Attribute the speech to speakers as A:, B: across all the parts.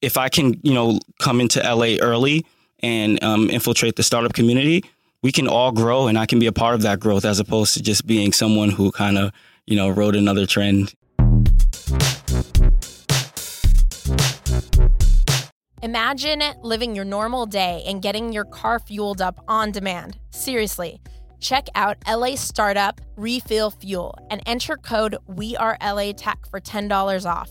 A: if I can, you know, come into LA early and um, infiltrate the startup community, we can all grow and I can be a part of that growth as opposed to just being someone who kind of, you know, rode another trend.
B: Imagine living your normal day and getting your car fueled up on demand. Seriously. Check out LA Startup Refill Fuel and enter code We Are LA Tech for $10 off.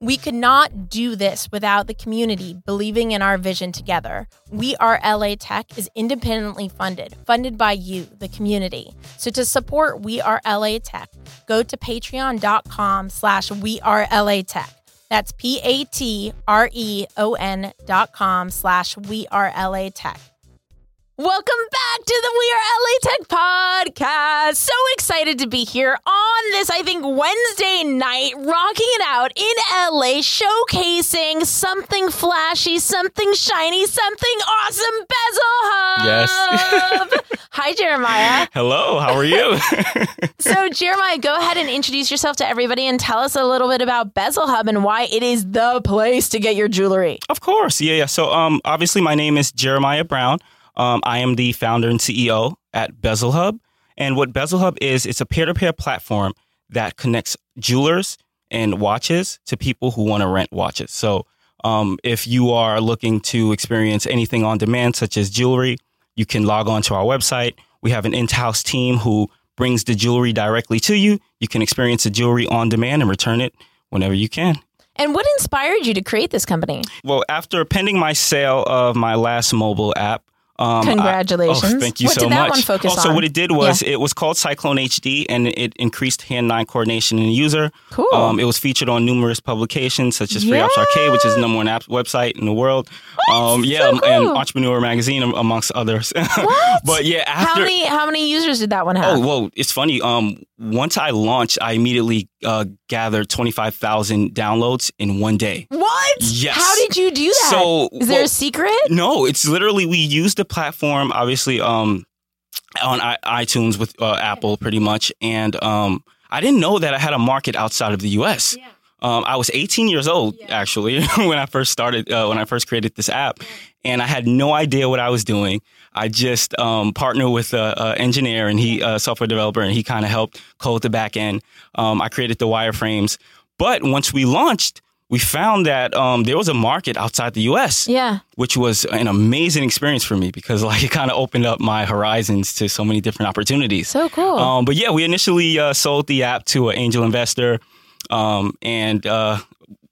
B: We could not do this without the community believing in our vision together. We Are LA Tech is independently funded, funded by you, the community. So to support We Are LA Tech, go to patreon.com slash We Are LA Tech. That's P-A-T-R-E-O-N E dot com slash We Are LA Tech. Welcome back to the We Are LA Tech podcast. So excited to be here on this, I think, Wednesday night, rocking it out in LA, showcasing something flashy, something shiny, something awesome. Bezel Hub. Yes. Hi, Jeremiah.
A: Hello, how are you?
B: so, Jeremiah, go ahead and introduce yourself to everybody and tell us a little bit about Bezel Hub and why it is the place to get your jewelry.
A: Of course. Yeah, yeah. So, um, obviously, my name is Jeremiah Brown. Um, I am the founder and CEO at Bezel Hub. And what Bezel Hub is, it's a peer to peer platform that connects jewelers and watches to people who want to rent watches. So um, if you are looking to experience anything on demand, such as jewelry, you can log on to our website. We have an in house team who brings the jewelry directly to you. You can experience the jewelry on demand and return it whenever you can.
B: And what inspired you to create this company?
A: Well, after pending my sale of my last mobile app,
B: um, Congratulations!
A: I, oh, thank you
B: what
A: so
B: did that
A: much.
B: One focus
A: also,
B: on?
A: what it did was it was called Cyclone HD, and it increased hand-eye coordination in the user.
B: Cool.
A: Um, it was featured on numerous publications such as Free Apps
B: Yeah.
A: Arcade, which is the number one app website in the world. Um, yeah,
B: So
A: and
B: cool.
A: Entrepreneur Magazine am- amongst others.
B: What?
A: but yeah,
B: how
A: after
B: many how many users did that one have?
A: oh whoa, it's funny. Um, once I launched, I immediately uh, gathered twenty-five thousand downloads in one day.
B: What?
A: Yes.
B: How did you do that?
A: So
B: is there
A: well-
B: a secret?
A: No, it's literally we use the platform obviously um on I- iTunes with uh, Apple pretty much and um I didn't know that I had a market outside of the US.
B: Yeah.
A: Um, I was 18 years old actually when I first started uh, when I first created this app and I had no idea what I was doing. I just um, partnered with a, a engineer and he a software developer and he kind of helped code the back end. Um, I created the wireframes. But once we launched, we found that um, there was a market outside the US
B: Yeah.
A: which was an amazing experience for me because like it kind of opened up my horizons to so many different opportunities.
B: So cool.
A: Um, but yeah, we initially uh, sold the app to an angel investor, um, and uh,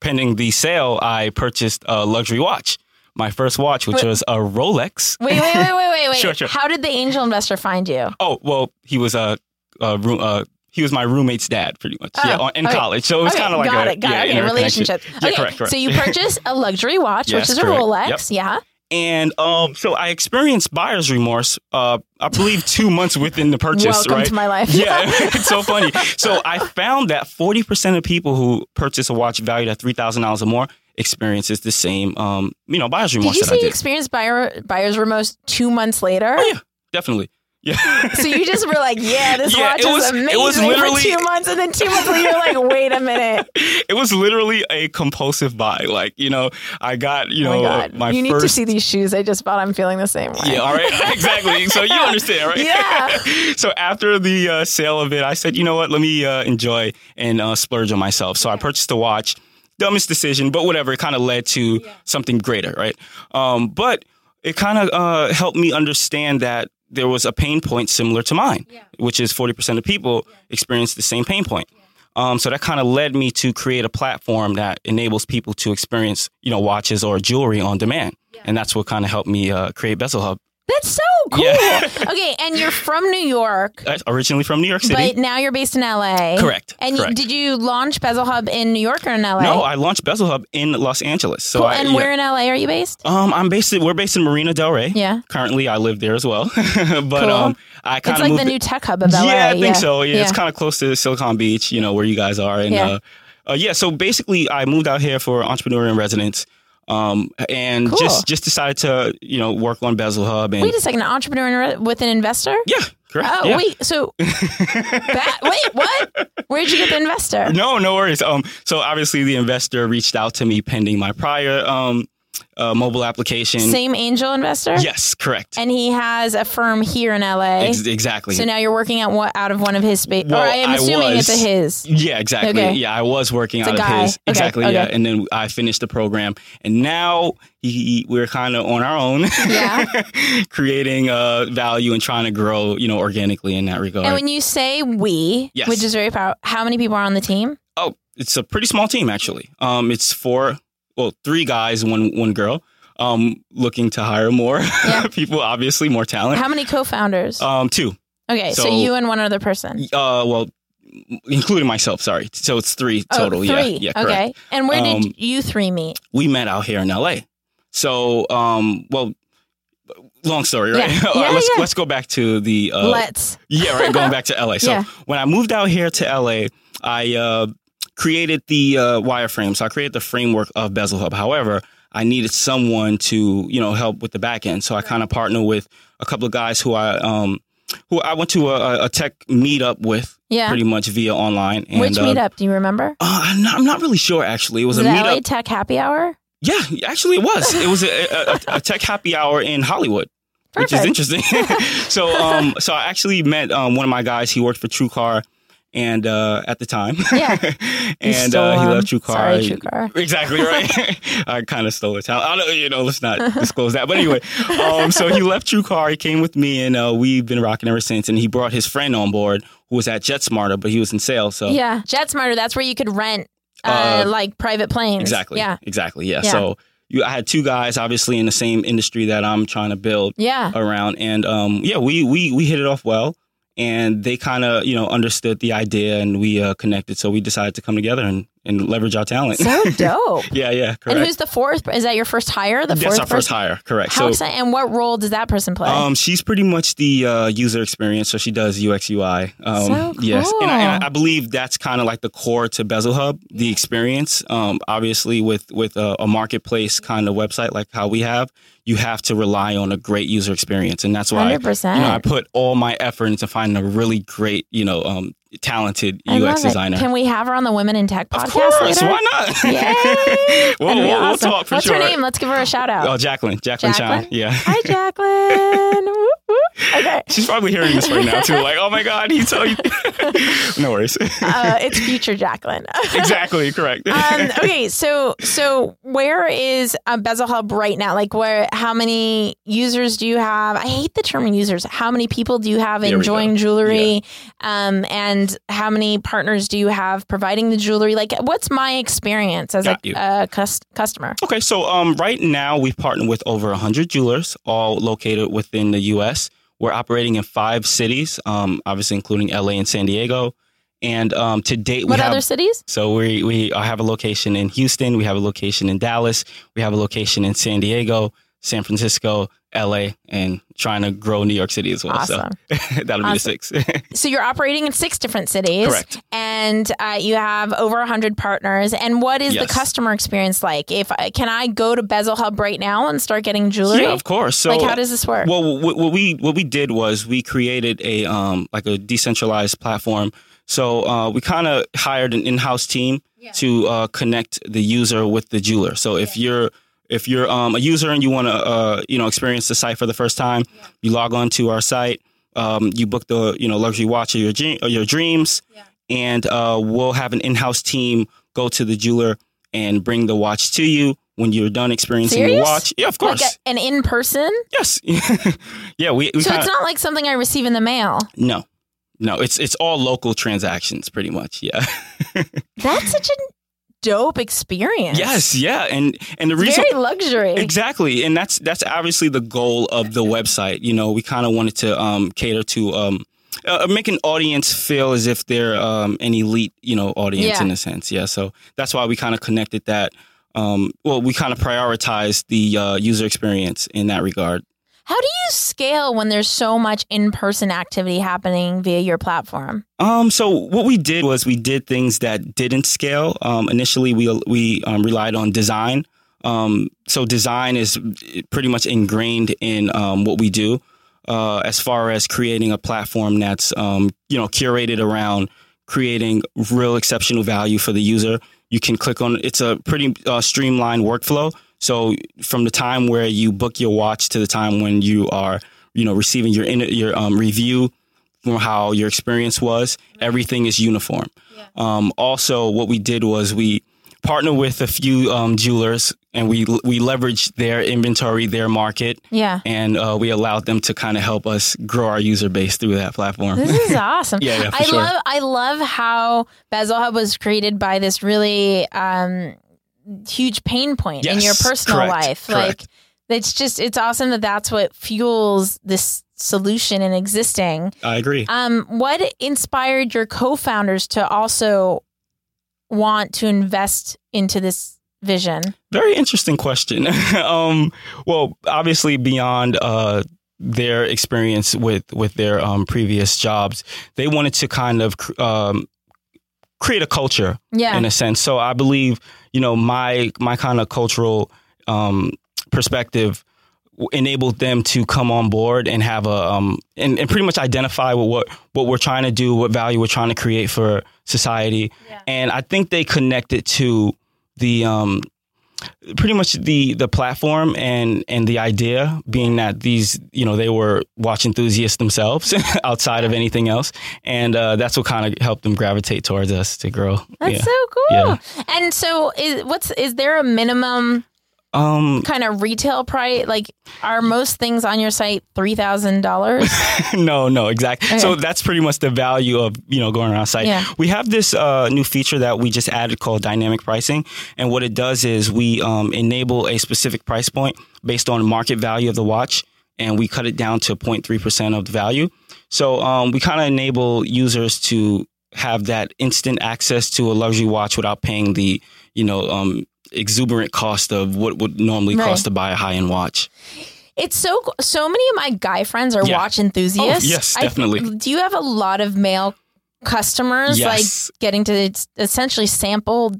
A: pending the sale, I purchased a luxury watch. My first watch, which
B: Wait.
A: was a Rolex.
B: wait, wait, wait, wait, wait, wait.
A: Sure, sure.
B: How did the angel investor find you?
A: Oh well, he was a, a room. Uh, he was my roommate's dad, pretty much. yeah,
B: Oh,
A: on- in
B: okay.
A: college. So it was
B: okay,
A: kind of like
B: got
A: a
B: it, got
A: yeah,
B: it. Okay,
A: interconnection.
B: relationship.
A: Yeah,
B: okay,
A: correct, correct.
B: so you purchase a luxury watch,
A: Yes,
B: which is a
A: correct.
B: Rolex. Yeah.
A: And um, so I experienced buyer's remorse. Uh, I believe two months within the purchase.
B: Welcome
A: right?
B: to my life.
A: yeah, it's so funny. So I found that forty percent of people who purchase a watch valued at three thousand dollars or more experiences the same, um, you know, buyer's
B: Did
A: remorse
B: you
A: that I
B: say you
A: did.
B: experienced buyer, buyer's remorse two months
A: Oh,
B: later?
A: Definitely, yeah.
B: So you just were like, "Yeah, this
A: Yeah,
B: watch
A: it was-
B: is amazing."
A: it was literally-
B: for two months, and then two months later, you're like, "Wait a minute,
A: it was literally a compulsive buy. Like you know, I got you
B: oh
A: know
B: my god,
A: my
B: you need to
A: first.
B: see these shoes I just bought. I'm feeling the same way."
A: yeah, all right, exactly. So you understand, right?
B: Yeah.
A: so after the uh, sale of it, I said, you know what? Let me uh, enjoy and uh, splurge on myself. So I purchased a watch. Dumbest decision, but whatever. It kind of led to something greater, right? Um, but it kind of uh, helped me understand that there was a pain point similar to mine, which is forty percent of people experience the same pain point. Um, so that kind of led me to create a platform that enables people to experience, you know, watches or jewelry on demand, and that's what kind of helped me uh, create Bezel Hub.
B: That's so cool.
A: Yeah.
B: okay, and you're from New York,
A: Uh, Originally from New York City.
B: but now you're based in LA.
A: Correct.
B: And
A: correct.
B: did you launch Bezel Hub in New York or in LA?
A: no, I launched Bezel Hub in Los Angeles. So
B: cool.
A: I,
B: and
A: yeah.
B: where in LA are you based?
A: Um, I'm based. In, we're based in Marina Del Rey.
B: Yeah.
A: Currently, I live there as well. but um, I kind of
B: It's like
A: moved.
B: the new tech hub of LA.
A: yeah, I think so. Yeah, it's kind of close to Silicon Beach, you know, where you guys are. And
B: Yeah.
A: Uh, uh, yeah, so basically, I moved out here for entrepreneur in residence, um, and
B: Cool.
A: just just decided to you know work on Bezel Hub and
B: Wait a second, an entrepreneur in a re- with an investor?
A: yeah, correct.
B: Oh,
A: yeah.
B: wait. So, that, wait, what? Where'd you get the investor?
A: No, no worries. Um, so obviously, the investor reached out to me pending my prior um, uh, mobile application.
B: Same angel investor?
A: Yes, correct.
B: And he has a firm here in LA.
A: Ex- exactly.
B: So now you're working at what out of one of his space.
A: Well,
B: or I am
A: I
B: assuming
A: was.
B: it's a his.
A: Yeah, exactly.
B: Okay.
A: Yeah, I was working
B: It's a
A: out of
B: guy.
A: his
B: Okay,
A: exactly. Yeah,
B: okay.
A: and then I finished the program, and now he, he- we're kind of on our own.
B: Yeah.
A: creating uh, value and trying to grow, you know, organically in that regard.
B: And when you say we,
A: Yes.
B: which is very powerful, how many people are on the team?
A: oh, it's a pretty small team actually. Um, it's four, well, three guys, and one one girl. Um, looking to hire more
B: Yeah.
A: people, obviously more talent.
B: How many co-founders?
A: um, two.
B: okay, so,
A: so-
B: you and one other person.
A: Uh, well, including myself. Sorry, so it's three total.
B: Oh,
A: Yeah,
B: three.
A: yeah, correct.
B: okay. And where
A: Um,
B: did you three meet?
A: we met out here in LA. So, um, well, long story, right?
B: Yeah.
A: All right,
B: Yeah,
A: let's
B: yeah.
A: let's go back to the uh,
B: Let's.
A: yeah, right. Going back to LA. So
B: Yeah.
A: when I moved out here to LA, I uh, created the uh, wireframe. So I created the framework of Bezel Hub. However, I needed someone to you know help with the back end. So I kind of partnered with a couple of guys who I um who I went to a, a- a tech meetup with
B: Yeah.
A: pretty much via online. And,
B: Which
A: uh,
B: meetup? Do you remember?
A: Uh, I'm, not, I'm not really sure actually. It was
B: Was
A: a
B: it
A: meetup.
B: LA Tech Happy Hour?
A: Yeah, actually, it was. It was a, a, a tech happy hour in Hollywood,
B: Perfect.
A: which is interesting. so, um, so I actually met um, one of my guys. He worked for TrueCar, and uh, at the time,
B: Yeah. You
A: and
B: stole,
A: uh, he
B: um,
A: left TrueCar.
B: Sorry, TrueCar.
A: Exactly right. I kind of stole his talent. I don't, you know, let's not disclose that. But anyway, um, so he left TrueCar. He came with me, and uh, we've been rocking ever since. And he brought his friend on board, who was at JetSmarter, but he was in sales. So
B: Yeah. JetSmarter, that's where you could rent uh,
A: Uh,
B: like private planes.
A: exactly,
B: Yeah.
A: exactly, yeah.
B: Yeah.
A: So you, I had two guys, obviously, in the same industry that I'm trying to build.
B: Yeah.
A: around and um yeah we we we hit it off well and they kind of you know understood the idea and we uh, connected so we decided to come together and and leverage our talent
B: So dope.
A: yeah yeah correct
B: and who's the fourth? Is that your first hire? The
A: that's
B: fourth
A: our first
B: person?
A: hire correct
B: How exciting! And what role does that person play?
A: um she's pretty much the uh, user experience so she does ux ui um
B: So
A: yes and I, and
B: cool.
A: I believe that's kind of like the core to bezel hub the experience um obviously with with uh, a, a marketplace kind of website like how we have you have to rely on a great user experience and that's why
B: Hundred percent.
A: you know, I put all my effort into finding a really great, you know, um, talented UX designer.
B: Can we have her on the Women in Tech podcast
A: of course,
B: later?
A: why not?
B: Yay!
A: we'll,
B: That'd be
A: we'll, we'll
B: awesome.
A: talk for
B: What's
A: sure.
B: her name? Let's give her a shout out.
A: Oh, Jacqueline, Jacqueline,
B: Jacqueline?
A: Shine. Yeah.
B: Hi, Jacqueline. Whoop, whoop. Okay.
A: She's probably hearing this right now too. Like, oh my God, he told you. no worries.
B: Uh, it's future Jacqueline.
A: exactly correct.
B: um, okay, so so where is uh, Bezel Hub right now? Like, where? How many users do you have? I hate the term users. How many people do you have
A: There we
B: enjoying jewelry? Um, and how many partners do you have providing the jewelry? Like, what's my experience as
A: Got
B: a
A: you.
B: uh, cus- customer?
A: Okay, so um, right now we've partnered with over 100 jewelers, all located within the U.S. We're operating in five cities, um, obviously including L.A. and San Diego. And um, to date, we
B: What
A: have
B: other cities?
A: So we we have a location in Houston, we have a location in Dallas, we have a location in San Diego, San Francisco, LA, and trying to grow New York City as well.
B: Awesome.
A: So that'll be the six.
B: So you're operating in six different cities,
A: Correct.
B: And uh, you have over 100 partners. And what is the
A: Yes.
B: customer experience like? If I- can I go to Bezel Hub right now and start getting jewelry?
A: yeah, of course. So
B: like, how does this work?
A: Well, what, what we what we did was we created a um like a decentralized platform. So uh, we kind of hired an in-house team to uh, connect the user with the jeweler. So if you're if you're um, a user and you want to uh, you know experience the site for the first time, you log on to our site. Um, you book the you know luxury watch of your dream, of your dreams, and uh, we'll have an in-house team go to the jeweler and bring the watch to you when you're done experiencing the
B: Serious?
A: watch. Yeah, of course.
B: like a, an in person?
A: Yes. yeah, we, we
B: So
A: kinda,
B: it's not like something I receive in the mail.
A: no. No, it's it's all local transactions pretty much. Yeah.
B: That's such a dope experience.
A: Yes, yeah, and and the
B: It's
A: reason
B: very luxury.
A: exactly, and that's that's obviously the goal of the website. You know, we kind of wanted to um, cater to um, uh, make an audience feel as if they're um, an elite, you know, audience
B: Yeah.
A: in a sense. Yeah, so that's why we kind of connected that. Um, well, we kind of prioritized the uh, user experience in that regard.
B: How do you scale when there's so much in-person activity happening via your platform?
A: Um, so what we did was we did things that didn't scale. Um, initially, we we um, relied on design. Um, so design is pretty much ingrained in um, what we do, uh, as far as creating a platform that's um, you know curated around creating real exceptional value for the user. You can click on it's a pretty uh, streamlined workflow. So from the time where you book your watch to the time when you are you know receiving your in, your um, review from how your experience was. Everything is uniform. Um, also, what we did was we partnered with a few um, jewelers and we we leveraged their inventory, their market,
B: Yeah.
A: and uh, we allowed them to kind of help us grow our user base through that platform.
B: This is awesome.
A: Yeah, yeah, for
B: I
A: sure.
B: love I love how Bezel Hub was created by this really um, huge pain point in
A: Yes,
B: your personal
A: correct,
B: life.
A: correct.
B: Like it's just it's awesome that that's what fuels this solution and existing.
A: I agree.
B: Um, what inspired your co-founders to also want to invest into this vision?
A: Very interesting question. um, well, obviously, beyond uh, their experience with with their um, previous jobs, they wanted to kind of cr- um, create a culture
B: Yeah.
A: in a sense. So I believe you know my my kind of cultural um, perspective w- enabled them to come on board and have a um, and, and pretty much identify with what what we're trying to do, what value we're trying to create for society,
B: Yeah.
A: and I think they connected to the um, pretty much the the platform and and the idea being that these you know they were watch enthusiasts themselves outside of anything else, and uh, that's what kind of helped them gravitate towards us to grow.
B: That's
A: yeah.
B: so cool.
A: Yeah.
B: And so is what's is there a minimum
A: Um,
B: kind of retail price? Like, are most things on your site three thousand dollars?
A: no, no, exactly.
B: Okay.
A: So that's pretty much the value of you know going around site.
B: Yeah.
A: We have this uh, new feature that we just added called dynamic pricing, and what it does is we um, enable a specific price point based on market value of the watch, and we cut it down to 0.3 percent of the value. So um, we kind of enable users to have that instant access to a luxury watch without paying the you know um, exuberant cost of what would normally
B: Right.
A: cost to buy a high end watch.
B: It's so co- so many of my guy friends are
A: Yeah.
B: watch enthusiasts.
A: Oh, yes,
B: I th-
A: definitely.
B: do you have a lot of male customers
A: Yes.
B: like getting to s- essentially sample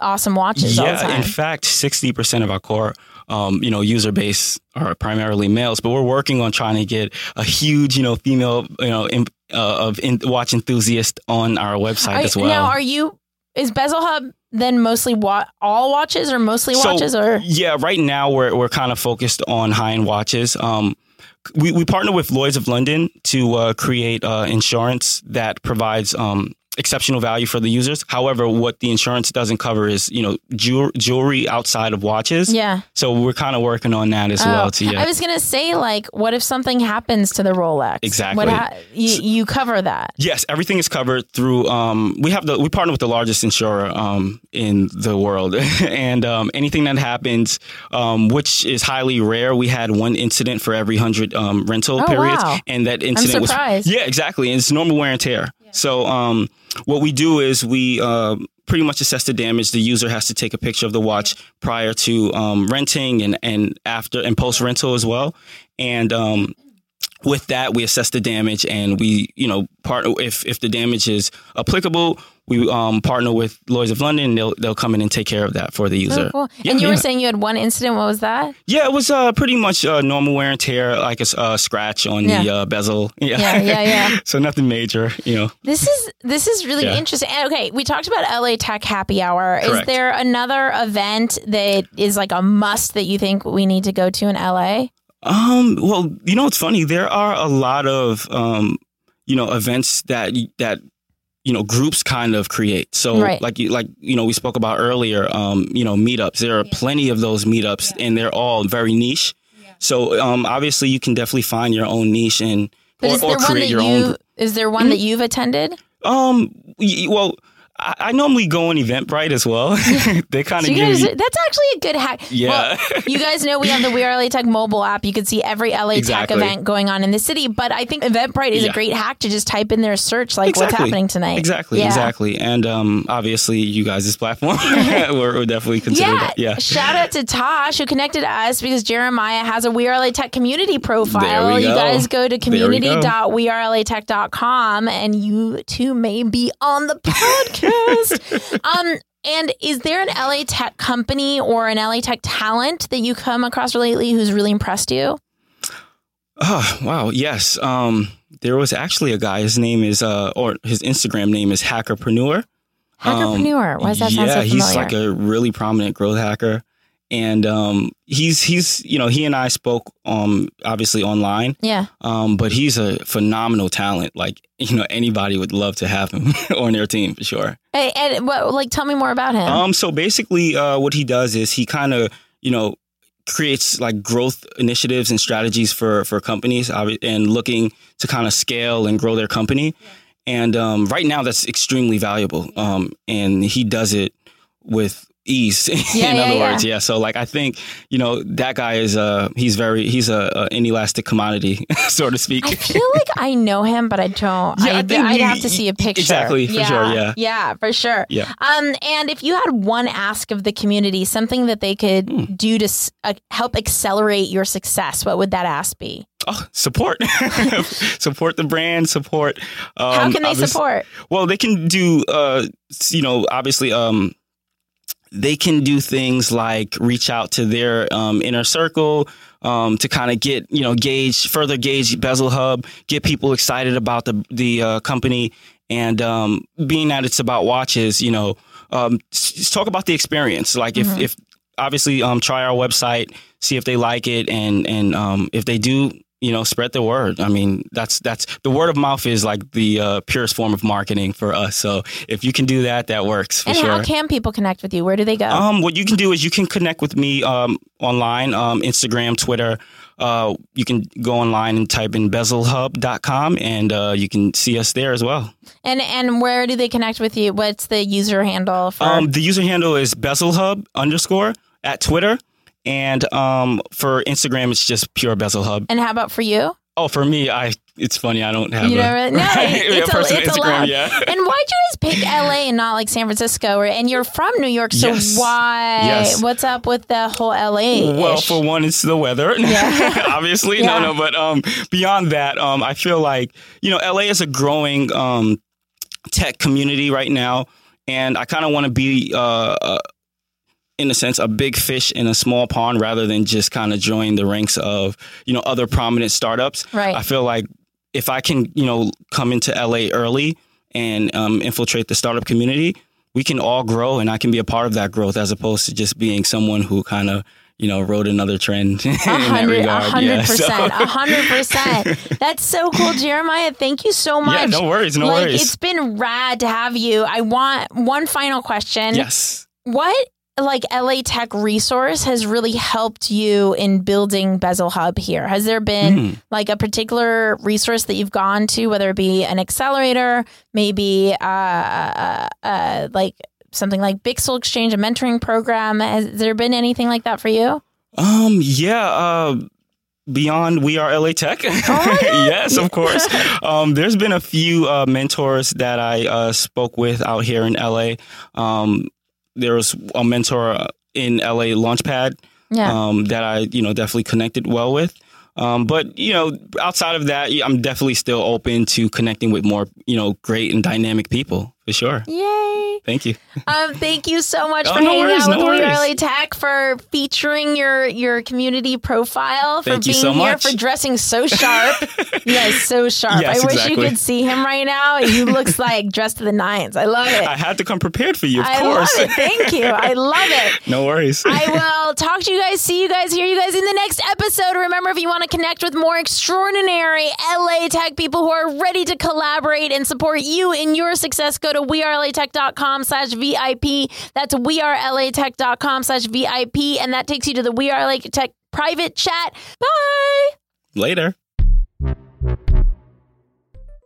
B: awesome watches all the
A: Yeah,
B: time?
A: in fact, sixty percent of our core, um, you know, user base are primarily males, but we're working on trying to get a huge, you know, female, you know, in, uh, of in, watch enthusiast on our website
B: Are-
A: as well.
B: Now, are you is Bezel Hub then mostly wa- all watches or mostly
A: So-
B: watches or
A: yeah, right now we're we're kind of focused on high end watches. Um, we we partner with Lloyd's of London to uh, create uh, insurance that provides. Um, exceptional value for the users however what the insurance doesn't cover is you know jew- jewelry outside of watches
B: yeah?
A: so we're kind of working on that as well
B: Oh,
A: to yeah
B: I was gonna say like, what if something happens to the Rolex?
A: Exactly.
B: What ha- you, you cover that.
A: Yes, everything is covered through. Um, we have the we partner with the largest insurer um, in the world, and um, anything that happens, um, which is highly rare, we had one incident for every hundred um, rental
B: Oh,
A: periods,
B: wow.
A: and that
B: I'm
A: incident was
B: surprised.
A: yeah, exactly. And it's normal wear and tear. So um, what we do is we uh, pretty much assess the damage. The user has to take a picture of the watch prior to um, renting and, and after and post rental as well. And um, with that, we assess the damage and we, you know, partner if if the damage is applicable, we um, partner with Lawyers of London. And they'll they'll come in and take care of that for the
B: Oh,
A: user.
B: cool.
A: Yeah,
B: and you were
A: yeah.
B: saying you had one incident. What was that?
A: Yeah, it was uh, pretty much uh, normal wear and tear, like a s- uh, scratch on the
B: Yeah.
A: uh, bezel. Yeah,
B: Yeah, yeah, yeah.
A: so nothing major, you know.
B: This is this is really
A: Yeah.
B: interesting. And, Okay, we talked about LA Tech Happy Hour. Is
A: Correct.
B: there another event that is like a must that you think we need to go to in LA?
A: Um, well, you know, it's funny. There are a lot of um, you know, events that that you know groups kind of create. So,
B: Right.
A: like you like you know, we spoke about earlier. Um, you know, meetups. There are plenty of those meetups, and they're all very niche. So, um, obviously, you can definitely find your own niche and
B: But is
A: or,
B: there
A: or
B: one that
A: create your Mm-hmm.
B: you
A: own.
B: is there one that you've attended?
A: Um, y- well, I, I normally go on Eventbrite as well. they kind of
B: So you
A: give
B: guys,
A: you,
B: that's actually a good hack.
A: yeah,
B: Well, you guys know we have the We Are LA Tech mobile app. You can see every LA
A: Exactly.
B: Tech event going on in the city. But I think Eventbrite is
A: Yeah.
B: a great hack to just type in their search, like what's
A: Exactly.
B: happening tonight.
A: exactly,
B: Yeah.
A: exactly. And um, obviously, you guys' platform, we're, we're definitely considered.
B: Yeah.
A: that. yeah.
B: Shout out to Tosh who connected us because Jeremiah has a We Are LA Tech community profile.
A: There we
B: You
A: go.
B: guys go to
A: There we go.
B: community.wearelatech.com and you too may be on the podcast. um and is there an LA Tech company or an LA Tech talent that you come across lately who's really impressed you?
A: Oh, wow. Yes. Um, there was actually a guy. His name is, uh, or his Instagram name is Hackerpreneur.
B: Hackerpreneur. Why does that
A: yeah,
B: sound so familiar?
A: he's like a really prominent growth hacker, and um, he's he's you know he and I spoke um obviously online,
B: yeah.
A: um, but he's a phenomenal talent. Like you know anybody would love to have him on their team for sure.
B: Hey, and what, like, tell me more about him.
A: Um, so basically, uh, what he does is he kind of, you know, creates like growth initiatives and strategies for for companies obvi- and looking to kind of scale and grow their company. And um, right now, that's extremely valuable. Um, and he does it with ease.
B: Yeah,
A: in
B: yeah,
A: other
B: yeah.
A: words, yeah. So like, I think you know that guy is uh he's very he's a, a inelastic commodity, so to speak.
B: I feel like I know him, but I don't.
A: Yeah, I
B: I, would
A: think you-
B: have to see a picture.
A: exactly, for sure, yeah.
B: Yeah, for sure.
A: Yeah.
B: Um, and if you had one ask of the community, something that they could
A: Hmm.
B: do to s- uh, help accelerate your success, what would that ask be?
A: oh, support, support the brand, support. Um,
B: How can they
A: obvious-
B: support?
A: Well, they can do, uh, you know, obviously, um, they can do things like reach out to their um, inner circle um, to kind of get, you know, gauge further gauge Bezel Hub, get people excited about the the uh, company, and um, being that it's about watches, you know, um, s- s- talk about the experience. Like if if obviously um, try our website, see if they like it, and and um, if they do, you know, spread the word. I mean, that's that's the word of mouth is like the uh, purest form of marketing for us. So if you can do that, that works for
B: And
A: sure.
B: how can people connect with you? Where do they go?
A: Um, what you can do is you can connect with me um, online, um, Instagram, Twitter. Uh, you can go online and type in bezelhub.com and uh, you can see us there as well.
B: and and where do they connect with you? What's the user handle for?
A: Um, the user handle is bezelhub underscore at Twitter. And um, for Instagram, it's just pure Bezel Hub.
B: and how about for you?
A: Oh, for me, I it's funny. I don't have
B: You
A: a,
B: know, no, it's,
A: a person
B: a, it's
A: Instagram.
B: allowed.
A: Yeah.
B: and why'd you guys pick LA and not like San Francisco? Or, and you're from New York, so
A: Yes.
B: why?
A: Yes.
B: What's up with the whole LA? -ish?
A: Well, for one, it's the weather.
B: Yeah.
A: Obviously,
B: Yeah.
A: no, no. But um, beyond that, um, I feel like you know, LA is a growing um, tech community right now, and I kind of want to be. Uh, uh, in a sense, a big fish in a small pond, rather than just kind of join the ranks of you know other prominent startups.
B: Right.
A: I feel like if I can you know come into LA early and um, infiltrate the startup community, we can all grow, and I can be a part of that growth as opposed to just being someone who kind of you know rode another trend in
B: A
A: that
B: hundred, a
A: regard.
B: hundred
A: Yeah, so-
B: percent, a hundred percent. That's so cool, Jeremiah. Thank you so much.
A: yeah, no worries, no
B: like
A: worries.
B: it's been rad to have you. I want one final question.
A: Yes.
B: What like LA Tech resource has really helped you in building Bezel Hub here? Has there been
A: Mm.
B: like a particular resource that you've gone to, whether it be an accelerator, maybe uh, uh, uh, like something like Bixel Exchange, a mentoring program. Has there been anything like that for you?
A: Um. Yeah. Uh, beyond we are LA Tech.
B: Oh God.
A: yes, of course. um, there's been a few uh, mentors that I uh, spoke with out here in LA. Um, there was a mentor in LA Launchpad
B: Yeah.
A: um, that I you know definitely connected well with. Um, but you know, outside of that, I'm definitely still open to connecting with more you know great and dynamic people for sure.
B: Yay.
A: Thank you.
B: Um, thank you so much
A: Oh,
B: for
A: no
B: hanging
A: worries,
B: out with
A: no
B: We
A: worries.
B: Early Tech for featuring your your community profile, for
A: Thank you
B: being
A: so
B: here,
A: much.
B: for dressing so sharp. you guys so sharp.
A: Yes,
B: I wish you
A: exactly.
B: could see him right now. He looks like dressed to the nines. I love it.
A: I had to come prepared for you, of
B: I love
A: course.
B: it. Thank you. I love it.
A: no worries.
B: I will talk to you guys, see you guys, hear you guys in the next episode. Remember, if you want to connect with more extraordinary LA Tech people who are ready to collaborate and support you in your success, go to wearelatech.com slash VIP. That's wearelatech.com slash VIP. And that takes you to the We Are LA Tech private chat. Bye.
A: Later.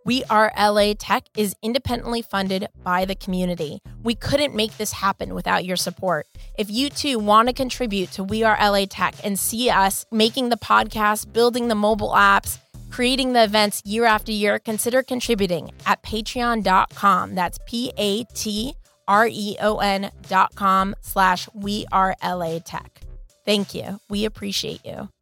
B: We Are LA Tech is independently funded by the community. We couldn't make this happen without your support. If you too want to contribute to We Are LA Tech and see us making the podcast, building the mobile apps, creating the events year after year, consider contributing at patreon.com. That's P A T R E O N dot com slash We Are LA Tech. Thank you. We appreciate you.